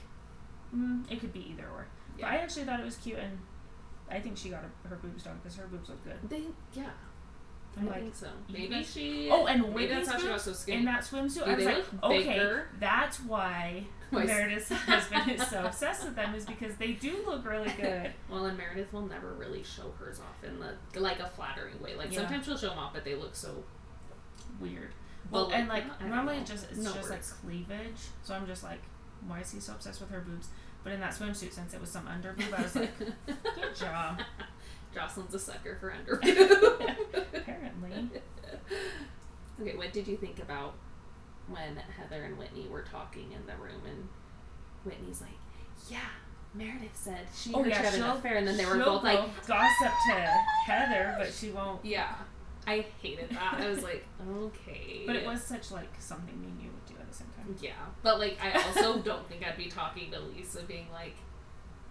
Speaker 1: mm, it could be either or. But I actually thought it was cute, and I think she got her, her boobs done because her boobs look good.
Speaker 2: They yeah.
Speaker 1: I'm
Speaker 2: I
Speaker 1: like,
Speaker 2: think so.
Speaker 1: you
Speaker 2: Maybe
Speaker 1: guys-
Speaker 2: she.
Speaker 1: oh, and
Speaker 2: maybe
Speaker 1: Whitney's
Speaker 2: that's how she got
Speaker 1: boobs
Speaker 2: so
Speaker 1: in
Speaker 2: skinny.
Speaker 1: that swimsuit.
Speaker 2: Do
Speaker 1: I was
Speaker 2: they
Speaker 1: like,
Speaker 2: look
Speaker 1: okay,
Speaker 2: bigger?
Speaker 1: that's why
Speaker 2: Why-
Speaker 1: Meredith's husband is so obsessed with them is because they do look really good.
Speaker 2: Well, and Meredith will never really show hers off in the like a flattering way. Like
Speaker 1: Yeah.
Speaker 2: sometimes she'll show them off, but they look so.
Speaker 1: Weird.
Speaker 2: Well,
Speaker 1: Well, and like
Speaker 2: like, I don't
Speaker 1: normally
Speaker 2: know.
Speaker 1: it just it's
Speaker 2: No
Speaker 1: just
Speaker 2: words.
Speaker 1: like cleavage, so I'm just like, why is he so obsessed with her boobs? But in that swimsuit, since it was some under boob, I was like, good job.
Speaker 2: Jocelyn's a sucker for underwear.
Speaker 1: Apparently,
Speaker 2: okay, what did you think about when Heather and Whitney were talking in the room and Whitney's like, Yeah, Meredith said she
Speaker 1: Oh,
Speaker 2: heard
Speaker 1: yeah,
Speaker 2: she had an
Speaker 1: she'll-
Speaker 2: affair and then they were
Speaker 1: she'll
Speaker 2: both like
Speaker 1: go gossip to Heather, but she won't.
Speaker 2: Yeah. I hated that. I was like, okay.
Speaker 1: But it was such like something me and you would do at the same time.
Speaker 2: Yeah. But like I also don't think I'd be talking to Lisa being like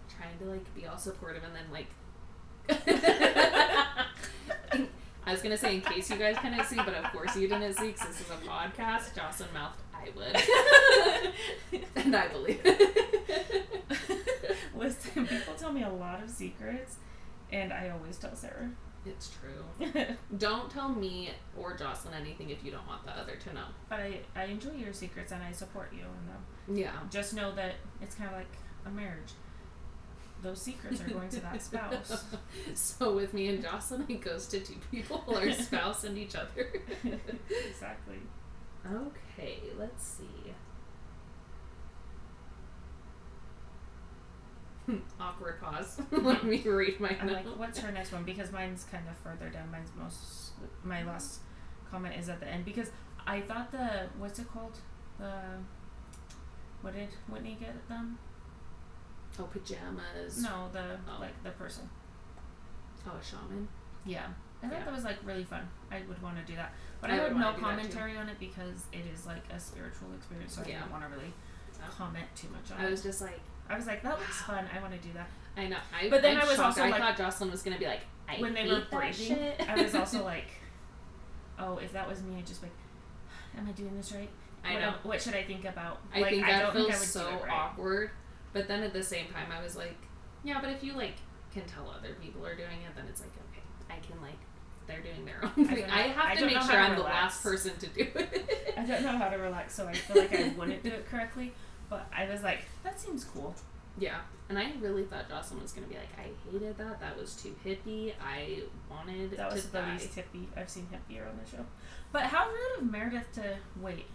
Speaker 2: trying to like be all supportive and then like I was gonna say in case you guys couldn't see, but of course you didn't see because this is a podcast. Jocelyn mouthed, "I would," and I believe it.
Speaker 1: Listen, people tell me a lot of secrets, and I always tell Sarah.
Speaker 2: it's true.
Speaker 1: but
Speaker 2: Don't tell me or Jocelyn anything if you don't want the other to know.
Speaker 1: I, I enjoy your secrets and I support you in them.
Speaker 2: Yeah.
Speaker 1: Just know that it's kind of like a marriage. Those secrets are going to that spouse.
Speaker 2: so with me and Jocelyn, it goes to two people, our spouse and each other.
Speaker 1: exactly.
Speaker 2: okay, let's see. Hmm, Awkward pause. Let me read my
Speaker 1: I'm like,
Speaker 2: note.
Speaker 1: what's her next one? Because mine's kind of further down. Mine's most. My last comment is at the end because I thought the what's it called the. What did Whitney get them?
Speaker 2: Oh, pajamas.
Speaker 1: No, the
Speaker 2: Oh.
Speaker 1: like the person.
Speaker 2: Oh, a shaman.
Speaker 1: Yeah. I thought
Speaker 2: Yeah.
Speaker 1: that was like really fun. I would want to do that, but
Speaker 2: I
Speaker 1: I,
Speaker 2: would
Speaker 1: had
Speaker 2: wanna
Speaker 1: no
Speaker 2: do that, too.
Speaker 1: commentary on it because it is like a spiritual experience, so I
Speaker 2: Yeah.
Speaker 1: didn't want to really
Speaker 2: No.
Speaker 1: comment too much on
Speaker 2: I
Speaker 1: it.
Speaker 2: was just like,
Speaker 1: I was like, that looks fun. I want to do that.
Speaker 2: I know. I,
Speaker 1: But then
Speaker 2: I'm
Speaker 1: I was
Speaker 2: shocked.
Speaker 1: also,
Speaker 2: I
Speaker 1: like-
Speaker 2: thought Jocelyn was gonna be like, I
Speaker 1: when they
Speaker 2: hate
Speaker 1: were
Speaker 2: that
Speaker 1: braiding,
Speaker 2: shit.
Speaker 1: I was also like, oh, if that was me, I'd just be like, am I doing this right?
Speaker 2: I
Speaker 1: what
Speaker 2: know.
Speaker 1: am- What should I think about?
Speaker 2: I
Speaker 1: like,
Speaker 2: think
Speaker 1: I
Speaker 2: that
Speaker 1: don't
Speaker 2: feels
Speaker 1: think I would
Speaker 2: so
Speaker 1: do it right.
Speaker 2: awkward. But then at the same time, I was like, yeah, but if you like can tell other people are doing it, then it's like okay, I can like they're doing their
Speaker 1: I
Speaker 2: own thing.
Speaker 1: don't
Speaker 2: I
Speaker 1: know-
Speaker 2: have
Speaker 1: I
Speaker 2: to
Speaker 1: don't
Speaker 2: make
Speaker 1: know
Speaker 2: sure
Speaker 1: how to
Speaker 2: I'm the last
Speaker 1: relax.
Speaker 2: person to do it.
Speaker 1: I don't know how to relax, so I feel like I wouldn't do it correctly. But I was like, that seems cool.
Speaker 2: yeah, and I really thought Jocelyn was gonna be like, I hated that. That was too hippie. I wanted
Speaker 1: That was
Speaker 2: to
Speaker 1: the
Speaker 2: die.
Speaker 1: least hippie I've seen hippier on the show. But how rude of Meredith to wait.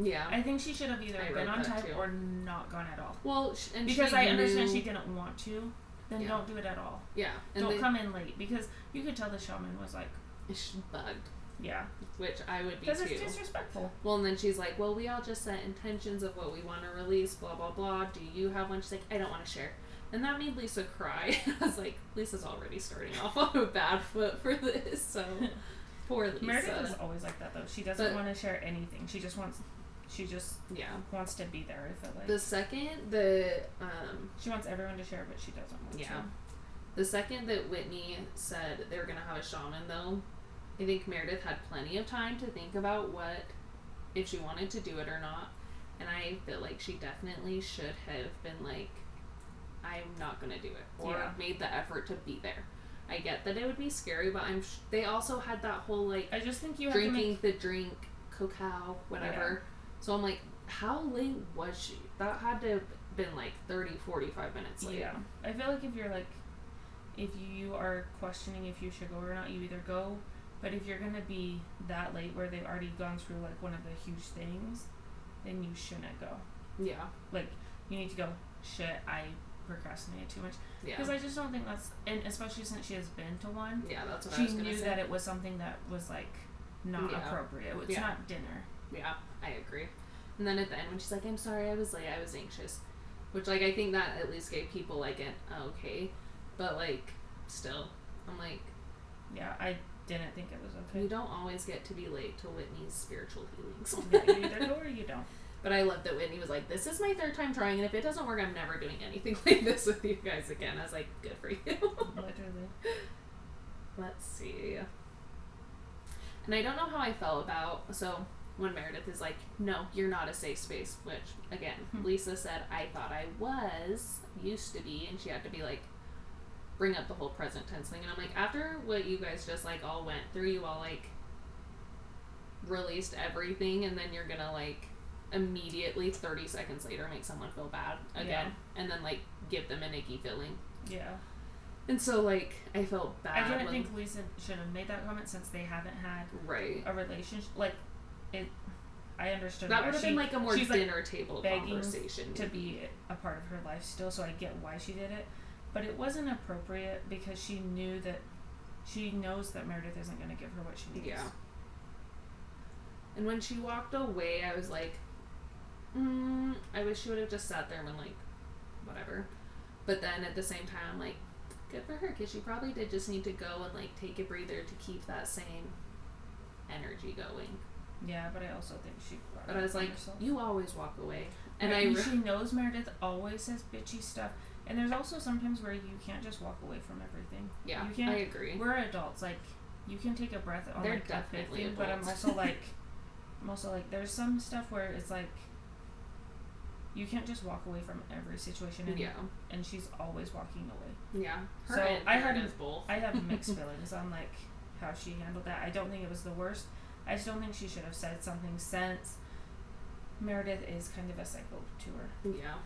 Speaker 2: Yeah.
Speaker 1: I think she should have either
Speaker 2: Oh. I read
Speaker 1: been on
Speaker 2: that
Speaker 1: time
Speaker 2: too.
Speaker 1: or not gone at all.
Speaker 2: well, sh- and
Speaker 1: Because
Speaker 2: she
Speaker 1: I understand
Speaker 2: knew-
Speaker 1: she didn't want to, then
Speaker 2: Yeah.
Speaker 1: don't do it at all.
Speaker 2: Yeah, and
Speaker 1: don't
Speaker 2: they,
Speaker 1: come in late because you could tell the shaman was like,
Speaker 2: she bugged,
Speaker 1: yeah,
Speaker 2: which I would be
Speaker 1: because
Speaker 2: too.
Speaker 1: it's disrespectful.
Speaker 2: Well, and then she's like, "Well, we all just set intentions of what we want to release, blah blah blah. Do you have one?" She's like, "I don't want to share," and that made Lisa cry. I was like, "Lisa's already starting off on a bad foot for this." So poor Lisa.
Speaker 1: Meredith is always like that though. She doesn't
Speaker 2: But-
Speaker 1: want to share anything. She just wants, she just
Speaker 2: yeah.
Speaker 1: wants to be there. I feel like
Speaker 2: The second the um,
Speaker 1: she wants everyone to share, but she doesn't want
Speaker 2: Yeah.
Speaker 1: to.
Speaker 2: the second that Whitney said they were gonna have a shaman, though, I think Meredith had plenty of time to think about what if she wanted to do it or not. And I feel like she definitely should have been like, I'm not gonna do it, or
Speaker 1: Yeah.
Speaker 2: made the effort to be there. I get that it would be scary, but I'm. Sh- they also had that whole like
Speaker 1: I just think you have to make
Speaker 2: drinking the drink, cacao, whatever. So I'm like, how late was she? That had to have been like 30, 45 minutes late.
Speaker 1: Yeah. I feel like if you're like if you are questioning if you should go or not, you either go. But if you're gonna be that late where they've already gone through like one of the huge things, then you shouldn't go.
Speaker 2: Yeah.
Speaker 1: Like you need to go, shit, I procrastinated too much.
Speaker 2: Yeah.
Speaker 1: Because I just don't think that's and especially since she has been to one.
Speaker 2: Yeah, that's what I
Speaker 1: She
Speaker 2: was gonna
Speaker 1: knew
Speaker 2: say.
Speaker 1: that it was something that was like not
Speaker 2: Yeah.
Speaker 1: appropriate. It's
Speaker 2: Yeah.
Speaker 1: not dinner.
Speaker 2: yeah, I agree. And then at the end, when she's like, "I'm sorry, I was late. I was anxious," which like I think that at least gave people like an okay, but like still, I'm like,
Speaker 1: Yeah, I didn't think it was
Speaker 2: you
Speaker 1: okay.
Speaker 2: don't always get to be late to Whitney's spiritual healings.
Speaker 1: yeah, you either go or you don't.
Speaker 2: but I love that Whitney was like, "This is my third time trying, and if it doesn't work, I'm never doing anything like this with you guys again." I was like, "Good for you."
Speaker 1: Literally.
Speaker 2: Let's see. And I don't know how I felt about so when Meredith is like, "No, you're not a safe space," which again,
Speaker 1: Hmm.
Speaker 2: Lisa said I thought I was used to be, and she had to be like, bring up the whole present tense thing, and I'm like, after what you guys just like all went through, you all like released everything, and then you're gonna like immediately 30 seconds later make someone feel bad again, and then like give them an icky feeling,
Speaker 1: Yeah.
Speaker 2: and so like I felt bad.
Speaker 1: I didn't
Speaker 2: when-
Speaker 1: think Lisa should have made that comment since they haven't had
Speaker 2: right.
Speaker 1: a relationship. Like, it. I understood
Speaker 2: That
Speaker 1: why
Speaker 2: would have
Speaker 1: she,
Speaker 2: been like a more
Speaker 1: she's, like,
Speaker 2: dinner table
Speaker 1: begging
Speaker 2: conversation.
Speaker 1: to be a part of her life still, so I get why she did it, but it wasn't appropriate because she knew that she knows that Meredith isn't going to give her what she needs.
Speaker 2: Yeah. And when she walked away, I was like, mm, I wish she would have just sat there and been like, whatever. But then at the same time, I'm like, good for her, because she probably did just need to go and like take a breather to keep that same energy going.
Speaker 1: Yeah, but I also think she. brought
Speaker 2: But
Speaker 1: it
Speaker 2: I was
Speaker 1: upon
Speaker 2: like,
Speaker 1: herself.
Speaker 2: you always walk away. And
Speaker 1: Right,
Speaker 2: I re-
Speaker 1: she knows Meredith always says bitchy stuff, and there's also sometimes where you can't just walk away from everything.
Speaker 2: yeah,
Speaker 1: you can't-
Speaker 2: I agree.
Speaker 1: We're adults. Like, you can take a breath on
Speaker 2: They're
Speaker 1: like, that big
Speaker 2: definitely
Speaker 1: thing, but I'm
Speaker 2: adults.
Speaker 1: also like, I'm also like, there's some stuff where it's like, you can't just walk away from every situation, and
Speaker 2: Yeah,
Speaker 1: and she's always walking away.
Speaker 2: yeah. Her
Speaker 1: So,
Speaker 2: and
Speaker 1: I had-
Speaker 2: Meredith both.
Speaker 1: I have mixed feelings on like how she handled that. I don't think it was the worst. I just don't think she should have said something since Meredith is kind of a psycho to her.
Speaker 2: yeah.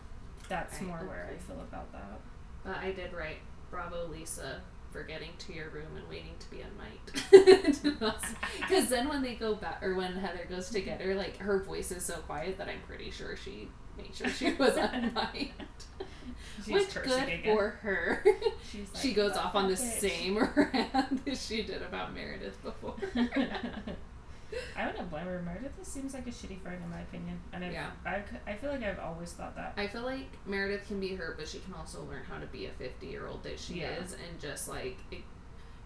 Speaker 1: That's
Speaker 2: I
Speaker 1: more where
Speaker 2: agree.
Speaker 1: I feel about that.
Speaker 2: But I did write, bravo, Lisa, for getting to your room and waiting to be unmiked. Because then when they go back, or when Heather goes to get her, like, her voice is so quiet that I'm pretty sure she made sure she was unmiked.
Speaker 1: She's
Speaker 2: Which,
Speaker 1: cursing
Speaker 2: good
Speaker 1: again.
Speaker 2: for her.
Speaker 1: She's like,
Speaker 2: she goes off on the
Speaker 1: "Fuck it."
Speaker 2: same rant that she did about Meredith before.
Speaker 1: I wouldn't blame her. Meredith just seems like a shitty friend, in my opinion. And I've,
Speaker 2: Yeah.
Speaker 1: I've, I feel like I've always thought that.
Speaker 2: I feel like Meredith can be hurt, but she can also learn how to be a 50 year old that she
Speaker 1: Yeah.
Speaker 2: is and just like it,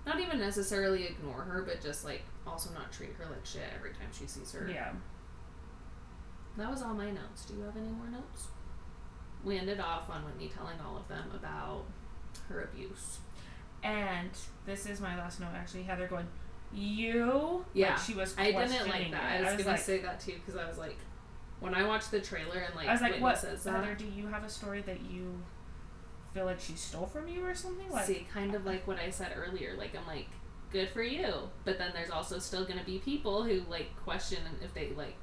Speaker 2: not even necessarily ignore her, but just like also not treat her like shit every time she sees her.
Speaker 1: Yeah.
Speaker 2: That was all my notes. Do you have any more notes? We ended off on Whitney telling all of them about her abuse.
Speaker 1: And this is my last note actually. Heather going, you.
Speaker 2: Yeah.
Speaker 1: Like she was.
Speaker 2: I didn't
Speaker 1: questioning
Speaker 2: like that.
Speaker 1: it.
Speaker 2: I was, gonna
Speaker 1: like,
Speaker 2: say that too because I was like, when I watched the trailer and like,
Speaker 1: I was like,
Speaker 2: Whitney
Speaker 1: what?
Speaker 2: says that.
Speaker 1: Heather, do you have a story that you feel like she stole from you or something? Like,
Speaker 2: See, kind of like what I said earlier. Like I'm like, good for you, but then there's also still gonna be people who like question if they like,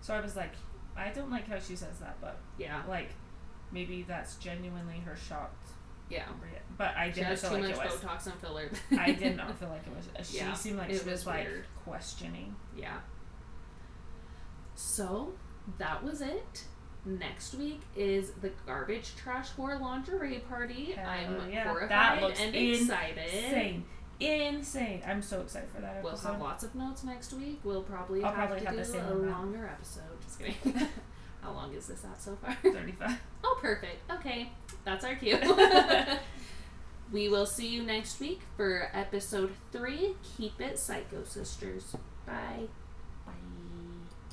Speaker 1: so I was like, I don't like how she says that, but
Speaker 2: yeah,
Speaker 1: like, maybe that's genuinely her shocked.
Speaker 2: yeah.
Speaker 1: rea- But I
Speaker 2: She
Speaker 1: didn't
Speaker 2: has
Speaker 1: feel
Speaker 2: too
Speaker 1: like
Speaker 2: much
Speaker 1: it was.
Speaker 2: Botox and filler.
Speaker 1: I did not feel like it was. She
Speaker 2: Yeah,
Speaker 1: seemed like
Speaker 2: it
Speaker 1: she was,
Speaker 2: was
Speaker 1: like
Speaker 2: weird.
Speaker 1: questioning.
Speaker 2: Yeah. So that was it. Next week is the garbage trash whore lingerie party.
Speaker 1: Hell
Speaker 2: I'm
Speaker 1: yeah.
Speaker 2: horrified
Speaker 1: That looks
Speaker 2: and excited.
Speaker 1: Insane, insane! I'm so excited for that.
Speaker 2: We'll
Speaker 1: episode.
Speaker 2: have lots of notes next week. We'll probably
Speaker 1: I'll
Speaker 2: have
Speaker 1: probably
Speaker 2: to
Speaker 1: have
Speaker 2: do
Speaker 1: the same
Speaker 2: a
Speaker 1: amount.
Speaker 2: longer episode. Just kidding. How long is this at so far?
Speaker 1: Thirty-five.
Speaker 2: Oh, perfect. Okay, that's our cue. we will see you next week for episode three. Keep it, Psycho Sisters. Bye.
Speaker 1: Bye.